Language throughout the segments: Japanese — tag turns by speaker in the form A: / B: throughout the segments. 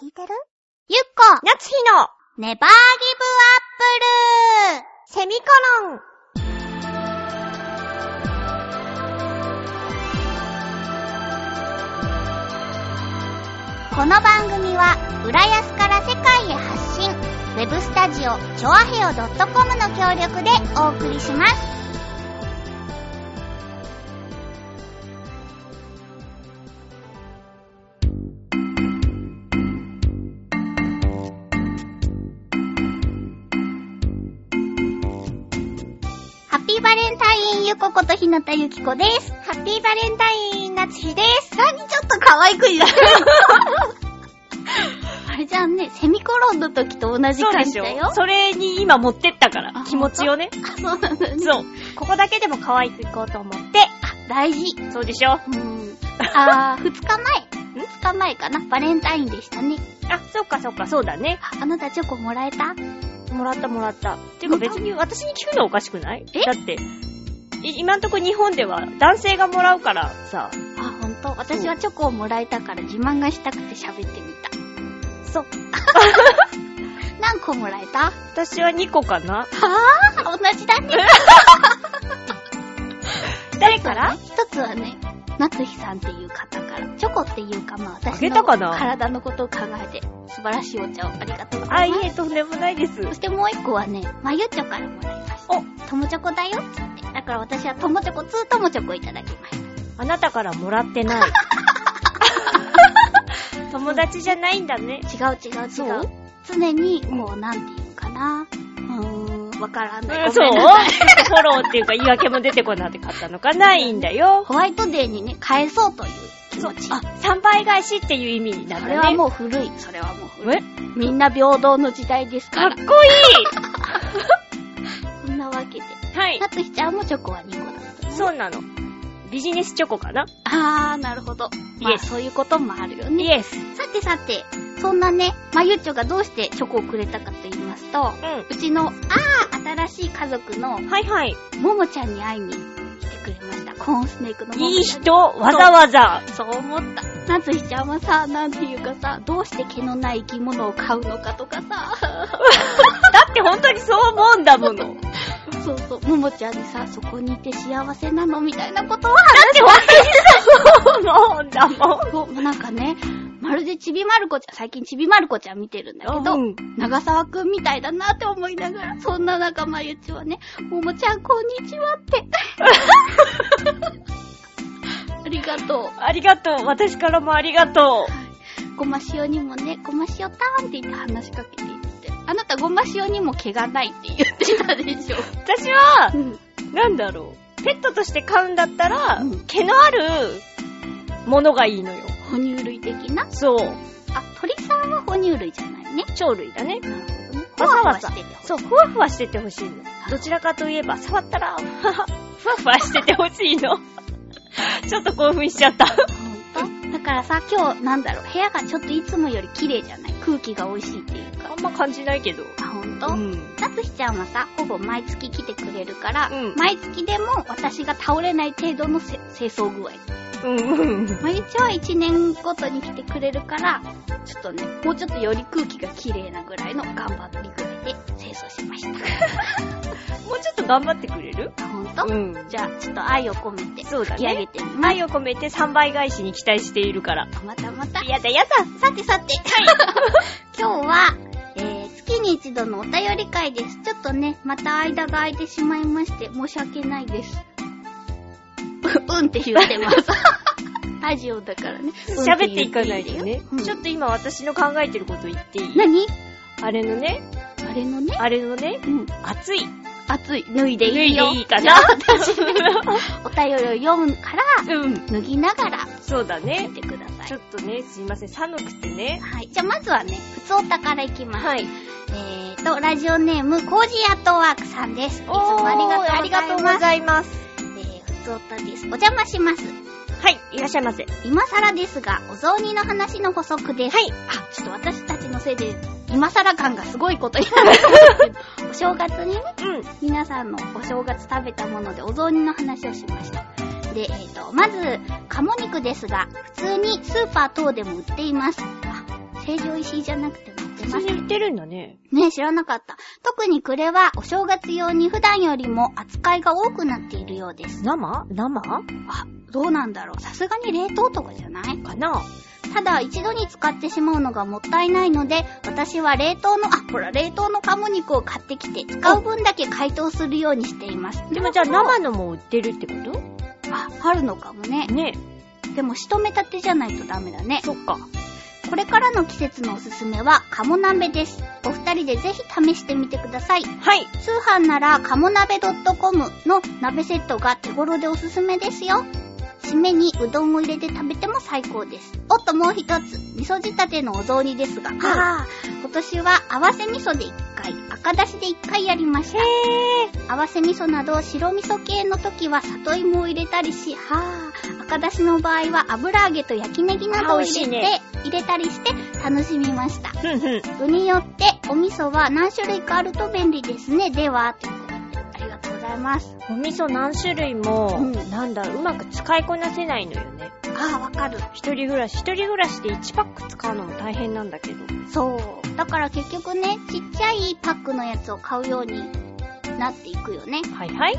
A: 聞いてるゆっこ
B: 夏日の
A: ネバーギブアップル
B: セミコロン
A: この番組は浦安から世界へ発信ウェブスタジオチョアヘオ .com の協力でお送りしますハッピーバレンタインゆこことひなたゆきこです。ハッピーバレンタインなつひです。何ちょっと可愛くいだ あれじゃんね、セミコロンの時と同じ
B: そう
A: 感
B: で
A: じ
B: しょ
A: だよ。
B: それに今持ってったか
A: あ
B: ら。気持ちをね。
A: そうなんだね。
B: そう。ここだけでも可愛くいこうと思って。
A: 大事。
B: そうでしょあ、
A: うん。あー、二日前。二日前かな。バレンタインでしたね。
B: そっかそっか、そうだね。
A: あなたチョコもらえた
B: もらったもらった。ていうか別に私に聞くのはおかしくない
A: え
B: だって、い今んとこ日本では男性がもらうからさ。
A: あ、ほんと。私はチョコをもらえたから自慢がしたくて喋ってみた。
B: そう。
A: 何個もらえた
B: 私は2個かな
A: あ、同じだね。
B: 誰から
A: 一つはね、夏日さんっていう方から、チョコっていうかまあ
B: あ
A: 私
B: げ
A: の
B: たかな
A: 体のことを考えて、素晴らしいお茶をありがとうござ
B: あ、
A: い
B: い
A: ま
B: いえ、とんでもないです。
A: す。そしてもう一個はね、まゆちょからもらいました。
B: お
A: 友チョコだよっつって。だから私は友チョコ2友チョコいただきまし
B: あなたからもらって ない。友達じゃないんだね。
A: た。違う違う
B: そ
A: 違う
B: う。
A: 常に、もうなんていうのかな。うーん、わからんだ
B: そう
A: ご
B: フ
A: めんなさい
B: ォローっていうか言い訳も出てこなかったのかないんだよ。
A: ホワイトデーにね、返そうという気
B: そう
A: 持ち。
B: あ、3倍返しっていう意味なんだね。
A: それはもう古い。それはもう古い。
B: え
A: みんな平等の時代です
B: か
A: か
B: っ
A: ら
B: こ。い
A: そんなわけで。
B: いはい
A: な。つひちゃんもチョコは2個だったね。
B: そうなの。ビジネスチョコかな
A: あー、なるほど。ま
B: イエ
A: あ、
B: ス
A: そういうこともあるよ
B: イ
A: ね。
B: エス。
A: さてさて、そんなね、まゆっちょがどうしてチョコをくれたかと言いますと、
B: うん。は
A: うちの、あー、新しい家族の
B: いはい。
A: ももちゃんに会いに来てくれました。コーンスネークのもも
B: いい
A: ちゃん。
B: 人、わざわざ。
A: そう思った。なつひちゃんはさ、なんていうかさ、どうして毛のない生き物を飼うのかとかさ、
B: だって本当にそう 思うんだもの。だって
A: そうそう、ももちゃんにさ、そこにいて幸せなのみたいなことを
B: 本当にそう思うんだもん。
A: そう、もうなんかね、まるでちびまる子ちゃん、最近ちびまる子ちゃん見てるんだけど、
B: うん
A: 長沢くんみたいだなって思いながら、そんな仲間ゆっちはね、ももちゃんこんにちは って。ありがと
B: ありがとう。私からもありがとう。
A: う。ごま塩にもね、ごま塩ターンって言って話しかけていって。あなたごま塩にも毛がないって言ってたでしょ。
B: 私は、
A: ん。
B: なんだろう。ペットとして飼うんだったら、
A: うん
B: 毛のあるものがいいのよ。
A: 哺乳類的な
B: そう。
A: あ、鳥さんは哺乳類じゃないね。
B: 鳥類だね。
A: なるほどね。
B: わさわさ
A: ふわふわしてて
B: そう、ふわふわしててほしいの。 どちらかといえば、触ったら、ふわふわふわしててほしいの。 ちょっと興奮しちゃった。
A: ほんとだからさ、今日、なんだろう、部屋がちょっといつもより綺麗じゃない空気が美味しいっていうか
B: あ。んま感じないけど。
A: あ、ほん
B: う
A: と
B: ん。
A: なつひちゃんはさ、ほぼ毎月来てくれるから、
B: うん
A: 毎月でも私が倒れない程度のせ清掃具合。
B: うん。
A: 毎日は1年ごとに来てくれるから、ちょっとね、もうちょっとより空気が綺麗なぐらいの頑張り具合で清掃しました。
B: もうちょっと頑張ってくれる
A: あほんと、
B: うん。
A: じゃあ、ちょっと愛を込めて、
B: そうだ
A: 引き上
B: ね
A: げ。てみます。
B: 愛を込めて3倍返しに期待しているから。
A: またまた。
B: やだやだ。
A: さてさて、 今日は、えー、月に一度のお便り会です。ちょっとね、また間が空いてしまいまして、申し訳ないです。 う、うんって言って ます。ラジオだからね。
B: 喋っていかないとね。
A: うん
B: ちょっと今私の考えてること言っていい
A: 何
B: あれのね、
A: あれのね、
B: あれのね、
A: うん、
B: 暑い。
A: 暑い。脱いでいいよ。
B: 脱いでいいかな
A: じゃあ私 お便りを読むから、
B: うん。
A: 脱ぎながら
B: そうだ
A: 聞
B: ね
A: い。てくださ
B: ちょ
A: い。
B: っとね、すいません、寒くてね。
A: はい。じゃあまずはね、普通おたからいきます。
B: はい。
A: えーと、ラジオネーム、コージーアットワークさんです。いつもありがとうございます。
B: ざいます。
A: えー、ふつおたです。お邪魔します。
B: はい、いらっしゃいませ。は
A: 今更ですが、お雑煮の話の補足です。
B: い。
A: あ、ちょっと私たちのせいで、今更感がすごいことになって ますお正月にね、
B: うん。
A: 皆さんのお正月食べたものでお雑煮の話をしました。で、えーと、まず、鴨肉ですが、普通にスーパー等でも売っています。あ、成城石井じゃなくても売って
B: 普
A: ま
B: 通
A: す
B: に。売ってるんだね。
A: ねえ、知らなかった。特にクレはお正月用に普段よりも扱いが多くなっているようです。
B: 生生
A: あ、どうなんだろう。さすがに冷凍とかじゃない
B: かな
A: ただ一度に使ってしまうのがもったいないので、私は冷凍の、あ、ほら、冷凍の鴨肉を買ってきて、使う分だけ解凍するようにしています。
B: でもじゃあ生のも売ってるってこ
A: あ、あるのかもね
B: と。ね
A: でも仕留めたてじゃないとダメだね。
B: そっか。
A: これからの季節のおすすめは、鴨鍋です。お二人でぜひ試してみてください。
B: はい。
A: 通販なら、かもなべ .com の鍋セットが手頃でおすすめですよ。締めにうどんを入れて食べても最高です。おっともう一つ、味噌仕立てのお雑煮ですが、あー今年は合わせ味噌で一回、赤だしで一回やりました。合わせ味噌など白味噌系の時は里芋を入れたりし、はぁ、赤だしの場合は油揚げと焼きネギなどを
B: あ美味
A: 入
B: し
A: れ
B: い
A: て、
B: ね
A: 入れたりして楽しみました。
B: ふんふん。
A: 具によってお味噌は何種類かあると便利ですね。では、ということでありがとうございます。
B: お味噌何種類も、
A: うん
B: なんだろう、うまく使いこなせないのよね。
A: ああ、わかる。
B: 一人暮らし、一人暮らしで1パック使うのも大変なんだけど。
A: そう。だから結局ね、ちっちゃいパックのやつを買うようになっていくよね。
B: はいはい。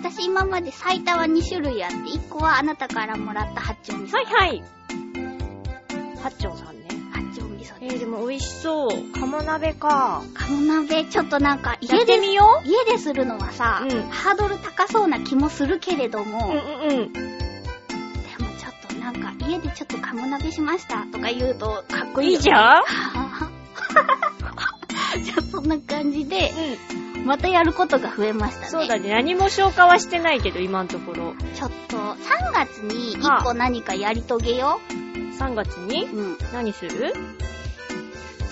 A: 私今まで最多は2種類あって、1個はあなたからもらった八丁味噌。
B: はいはい。八丁さんね。
A: 八丁味噌
B: え
A: です。
B: ー、でも美味しそう。鴨鍋か。
A: 鴨鍋、ちょっとなんか家
B: やって
A: で、
B: みよ
A: 家でするのはさ、
B: うん
A: ハードル高そうな気もするけれども、
B: う。うんうんうん。
A: でもちょっとなんか家でちょっと鴨鍋しましたとか言うとかっこいいよね
B: いいじゃん
A: じゃあそんな感じで、
B: う
A: またやることが増えましたね。
B: ん。そうだね。何も消化はしてないけど、今のところ。
A: ちょっと、3月に1個何かやり遂げよ
B: 3月に
A: う。うん。
B: 何する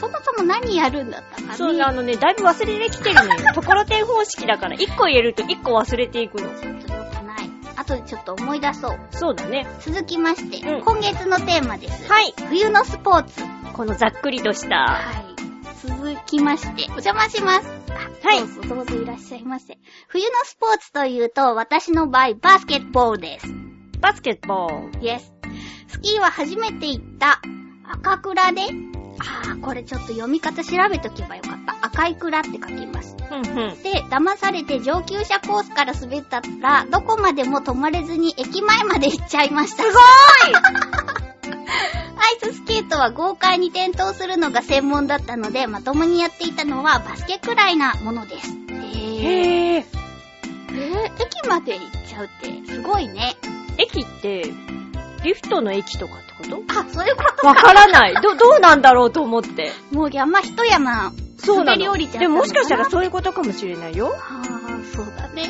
A: そもそも何やるんだったかね。
B: そうね、あのね、だいぶ忘れてきてるの よ。ところてん方式だから、1個入れると1個忘れていくの。
A: ちょっとよくない。あとでちょっと思い出そう。
B: そうだね。
A: 続きまして、
B: うん
A: 今月のテーマです。
B: はい。
A: 冬のスポーツ。
B: このざっくりとした。
A: はい。続きまして、お邪魔します。あ
B: はい
A: どうぞどうぞいらっしゃいませ。冬のスポーツというと、私の場合、バスケットボールです。
B: バスケットボール。
A: イエス。スキーは初めて行った赤倉で、あー、これちょっと読み方調べとけばよかった。赤い倉って書きます。
B: ふんふん。
A: で、騙されて上級者コースから滑ったら、どこまでも止まれずに駅前まで行っちゃいました。すごい アイススケートは豪快に転倒するのが専門だったので、まともにやっていたのはバスケくらいなものです。へー。え
B: へ
A: ー、
B: ぇー。
A: 駅まで行っちゃうって、すごいね。
B: 駅って、リフトの駅とかってこ
A: あ、そういうこと
B: とわからない。ど、どうなんだろうと思って。
A: もう山一山
B: そうな
A: 滑り降
B: の。
A: りちゃったのかな
B: でももしかしたらそういうことかもしれないよ。
A: ああ、そうだね。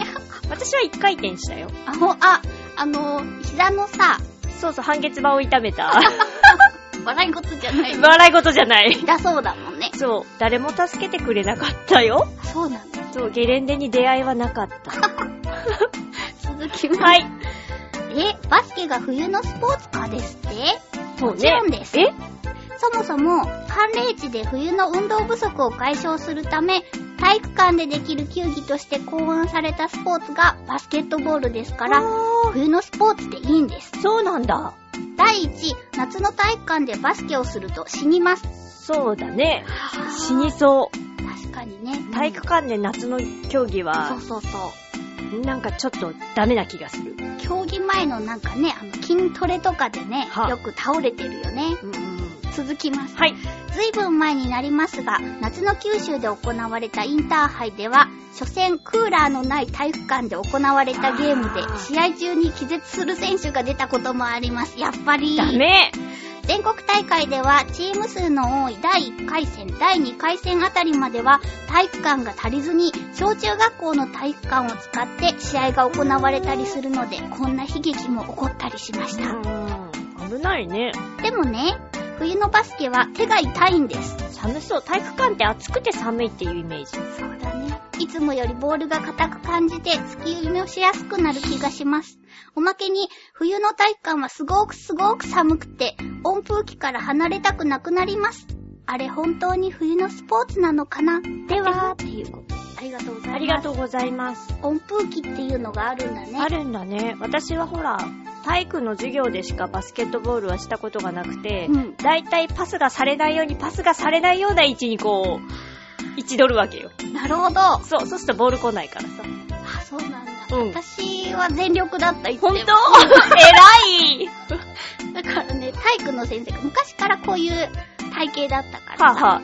B: 私は1回転したよ。
A: あほ、あ、あの、膝のさ、
B: そうそう、半月板を痛め た。
A: 笑い事じゃない。
B: 笑い事じゃない。
A: 痛そうだもんね。
B: そう、誰も助けてくれなかったよ。
A: そうなんだ。
B: そう、ゲレンデに出会いはなかった。
A: 続きま
B: は
A: す。
B: い。
A: え、バスケが冬のスポーツかですって
B: そうね。
A: もちろんです
B: え
A: そもそも、寒冷地で冬の運動不足を解消するため、体育館でできる球技として考案されたスポーツがバスケットボールですから、
B: あ
A: 冬のスポーツでいいんです。
B: ーそうなんだ。
A: 第一、夏の体育館でバスケをすると死にます。
B: そうだね。死にそ
A: 確かにね。
B: う。体育館で夏の競技
A: そ
B: は
A: う、そうそう。
B: なんかちょっとダメな気がする。
A: 競技前のなんかね、あの筋トレとかでね
B: は、
A: よく倒れてるよね。
B: うんうん。
A: 続きます。
B: はい。
A: ずいぶん前になりますが、夏の九州で行われたインターハイでは、初戦クーラーのない体育館で行われたゲームで
B: あ、ー
A: 試合中に気絶する選手が出たこともあります。やっぱり。
B: ダメ
A: 全国大会ではチーム数の多い第1回戦、第2回戦あたりまでは体育館が足りずに小中学校の体育館を使って試合が行われたりするのでこんな悲劇も起こったりしまし
B: う
A: た。
B: ん。危ないね。
A: でもね、冬のバスケは手が痛いんです。
B: 寒そう。体育館って暑くて寒いっていうイメージ。
A: そうだね。いつもよりボールが硬く感じて突き指をしやすくなる気がします。おまけに、冬の体育館はすごくすごく寒くて、温風機から離れたくなくなります。あれ本当に冬のスポーツなのかなでは、っていうこと。ありがとうございます。
B: ありがと
A: う。
B: うございます。
A: 温風機っていうのがあるんだね。
B: あるんだね。私はほら、体育の授業でしかバスケットボールはしたことがなくて、
A: うん
B: だいたいパスがされないようにパスがされないような位置にこう、位置取るわけよ。
A: なるほど。あ、
B: そう、そうするとボール来ないからさ。
A: そうなんだ。
B: うん
A: 私は全力だった、いつも
B: 本当偉い
A: だからね、体育の先生が昔からこういう体型だったからさ
B: はあ、は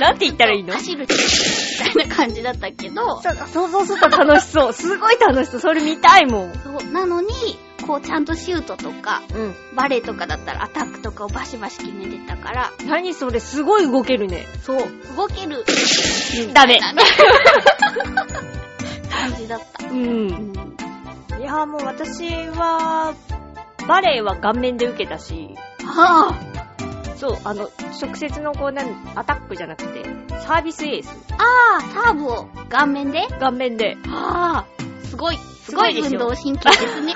B: あ、 なんて言ったらいいの
A: 走るみたいな感じだったけど、
B: そう想像すると楽しそう。すごい楽しそう。それ見たいもん。
A: そうなのに、こうちゃんとシュートとか、
B: うん。
A: バレーとかだったらアタックとかをバシバシ決めてたから、
B: 何それ、すごい動けるね。
A: そう、動ける
B: ダメ。
A: 感じだった。
B: うん。いやーもう私は、バレエは顔面で受けたし、
A: はぁ、
B: そう、あの、直接のこう、なん、アタックじゃなくて、サービスエース。
A: あー、サーブを顔面で
B: 顔面で。
A: はぁ、すごい、す
B: す
A: ご
B: ご
A: い
B: いでしょ
A: 運動神経です ね。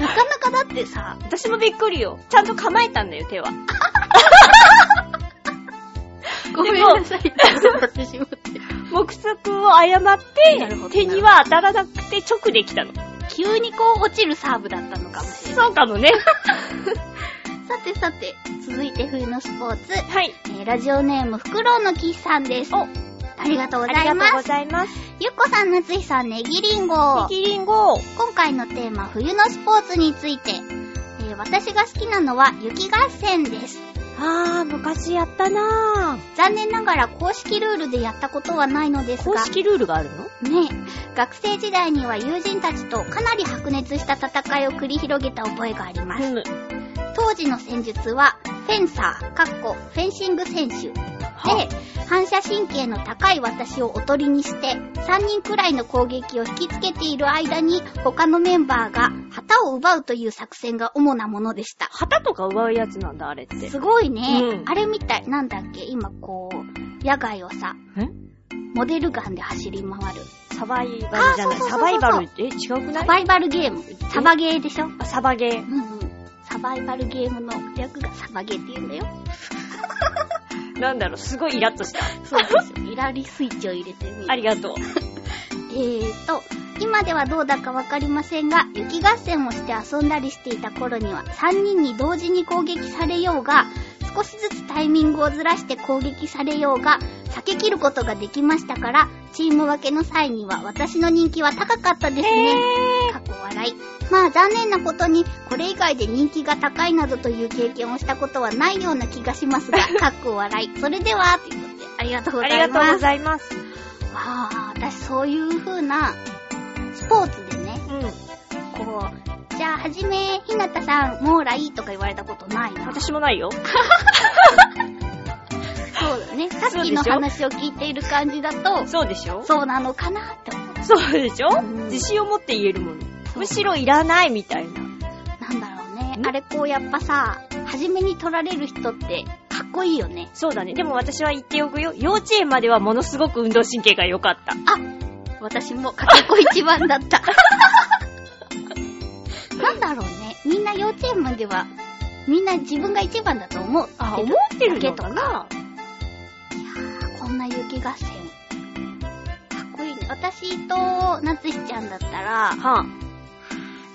A: なかなかだってさ、
B: 私もびっくりよ。ちゃんと構えたんだよ、手は。
A: ごめんなさい、ダメってしまって。
B: 目測を誤っ
A: なるほど
B: て、手には当たらなくて直できたの。
A: 急にこう落ちるサーブだったのかもしれない。
B: そうか もね。
A: さてさて、続いて冬のスポーツ。
B: はい。
A: えーラジオネーム、フクロウのキスさんです。
B: お
A: ありがとうご
B: あ
A: ざい
B: り
A: ま
B: がとうご
A: す。
B: ざいます。
A: ゆっこさん、なつひさん、ネギリンゴ。
B: キリンゴ。
A: 今回のテーマ、冬のスポーツについて。えー私が好きなのは雪合戦です。
B: あー、昔やったなぁ。
A: 残念ながら公式ルールでやったことはないのです
B: 公
A: が、
B: 式ルールがあるの
A: ねえ、学生時代には友人たちとかなり白熱した戦いを繰り広げた覚えがあります。
B: む。
A: 当時の戦術は、フェンサー、かっこ、フェンシング選手。で、反射神経の高い私をおとりにして、3人くらいの攻撃を引きつけている間に、他のメンバーが旗を奪うという作戦が主なものでした。
B: 旗とか奪うやつなんだ、あれって。
A: すごいね。
B: うん
A: あれみたい。なんだっけ今こう、野外をさ、
B: え
A: モデルガンで走り回る。
B: サバイバルじゃない。
A: あそうそうそうそう
B: サバイバル、え、違くな
A: サ
B: い
A: バイバルゲーム。サバゲーでしょ
B: あサバゲー。
A: うんうん。サバイバルゲームの略がサバゲーって言うんだよ。
B: なんだろう、すごいイラ ッとした。
A: そうですよ。イラリスイッチを入れてみる
B: ありがとう。
A: えーと、今ではどうだかわかりませんが、雪合戦をして遊んだりしていた頃には、3人に同時に攻撃されようが、少しずつタイミングをずらして攻撃されようが、避け切ることができましたから、チーム分けの際には私の人気は高かったですね。過去笑い。まあ残念なことに、これ以外で人気が高いなどという経験をしたことはないような気がし ますが、過去笑い。それでは、ということで、ありがとうご
B: あ
A: ざ
B: り
A: い
B: が
A: ます
B: とう。ございます。
A: わあ、私そういう風な、スポーツでね、
B: うん。
A: こう、じゃあはじめ、ひなたさん、もうらいいとか言われたことないな。
B: 私もないよ。
A: そうだね。さっきの話を聞いている感じだと、
B: そうでしょ
A: そうなのかなって思う。
B: そうでしょ
A: うん
B: 自信を持って言えるもの。むしろいらないみたいな。
A: なんだろうね。
B: ん
A: あれこうやっぱさ、はじめに取られる人って、かっこいいよね。
B: そうだね。でも私は言っておくよ。幼稚園まではものすごく運動神経が良かった。
A: あ、私 もかけっこ一番だった。なんだろうね。みんな幼稚園までは、みんな自分が一番だと思う。
B: あ、
A: けど
B: 思ってる
A: だけ
B: の
A: と
B: かな
A: こんな雪合戦。かっこいいね。私と、なつひちゃんだったら、
B: はあ、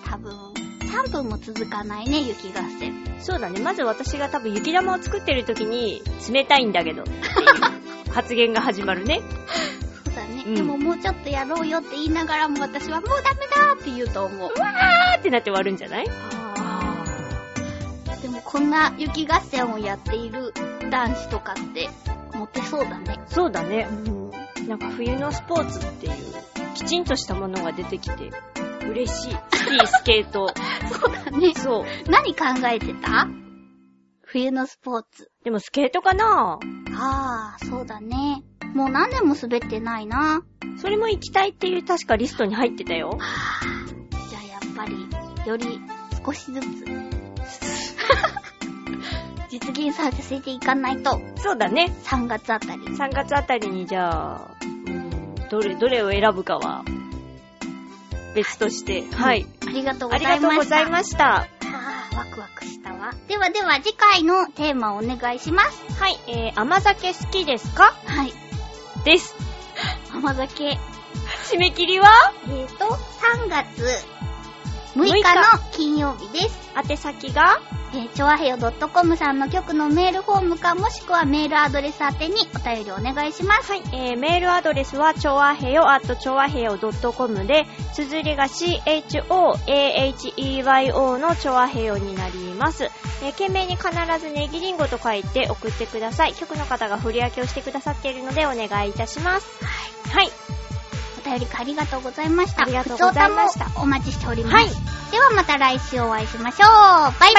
A: 多分、3分も続かないね、雪合戦。
B: そうだね。まず私が多分雪玉を作ってる時に、冷たいん だけど、っていう発言が始まるね。
A: そうだね。
B: うん
A: でももうちょっとやろうよって言いながらも私はもうダメだーって言うと思う。
B: あーってなって終わるんじゃない
A: あーでもこんな雪合戦をやっている男子とかって、モテそうだね。
B: そうだね
A: う。ん。
B: なんか冬のスポーツっていう、きちんとしたものが出てきて、嬉しい。スキー、スケート。
A: そうだね。
B: そう。
A: 何考えてた冬のスポーツ。
B: でもスケートかな
A: ああ、そうだね。もう何年も滑ってないな。
B: それも行きたいっていう確かリストに入ってたよ。
A: じゃあやっぱり、より少しずつ、 実現させていかないと、
B: そうだね。
A: 3月あたり。
B: 3月あたりにじゃあ、うん、どれ、どれを選ぶかは、別として。はい。
A: ありがとう
B: あ
A: ご
B: り
A: ざ
B: が
A: い
B: と
A: ま
B: うご
A: した。
B: ざいました。
A: あーワクワクしたわ。ではでは次回のテーマをお願いします。
B: はい、えー、甘酒好きですか
A: はい。
B: です。
A: 甘酒。
B: 締め切りは
A: えっ、と、3月6
B: 6
A: 日
B: 日
A: の金曜日です。
B: 宛先が、
A: えー、ちょわへよ .com さんの局のメールフォームか、もしくはメールアドレス宛てにお便りお願いします。
B: はい、えー、メールアドレスは、ちょわへよ、あとちょわへよ .com で、綴りが CHOAHEYO のちょわへよになります。えー、懸命に必ずネギリンゴと書いて送ってください。局の方が振り分けをしてくださっているので、お願いいたします。はい。
A: お便りかありがとうございました。
B: ありがとうございました
A: 普通歌もお待ちしております。
B: はい
A: ではまた来週お会いしましょう。バイバ
B: バイバ
A: ーイ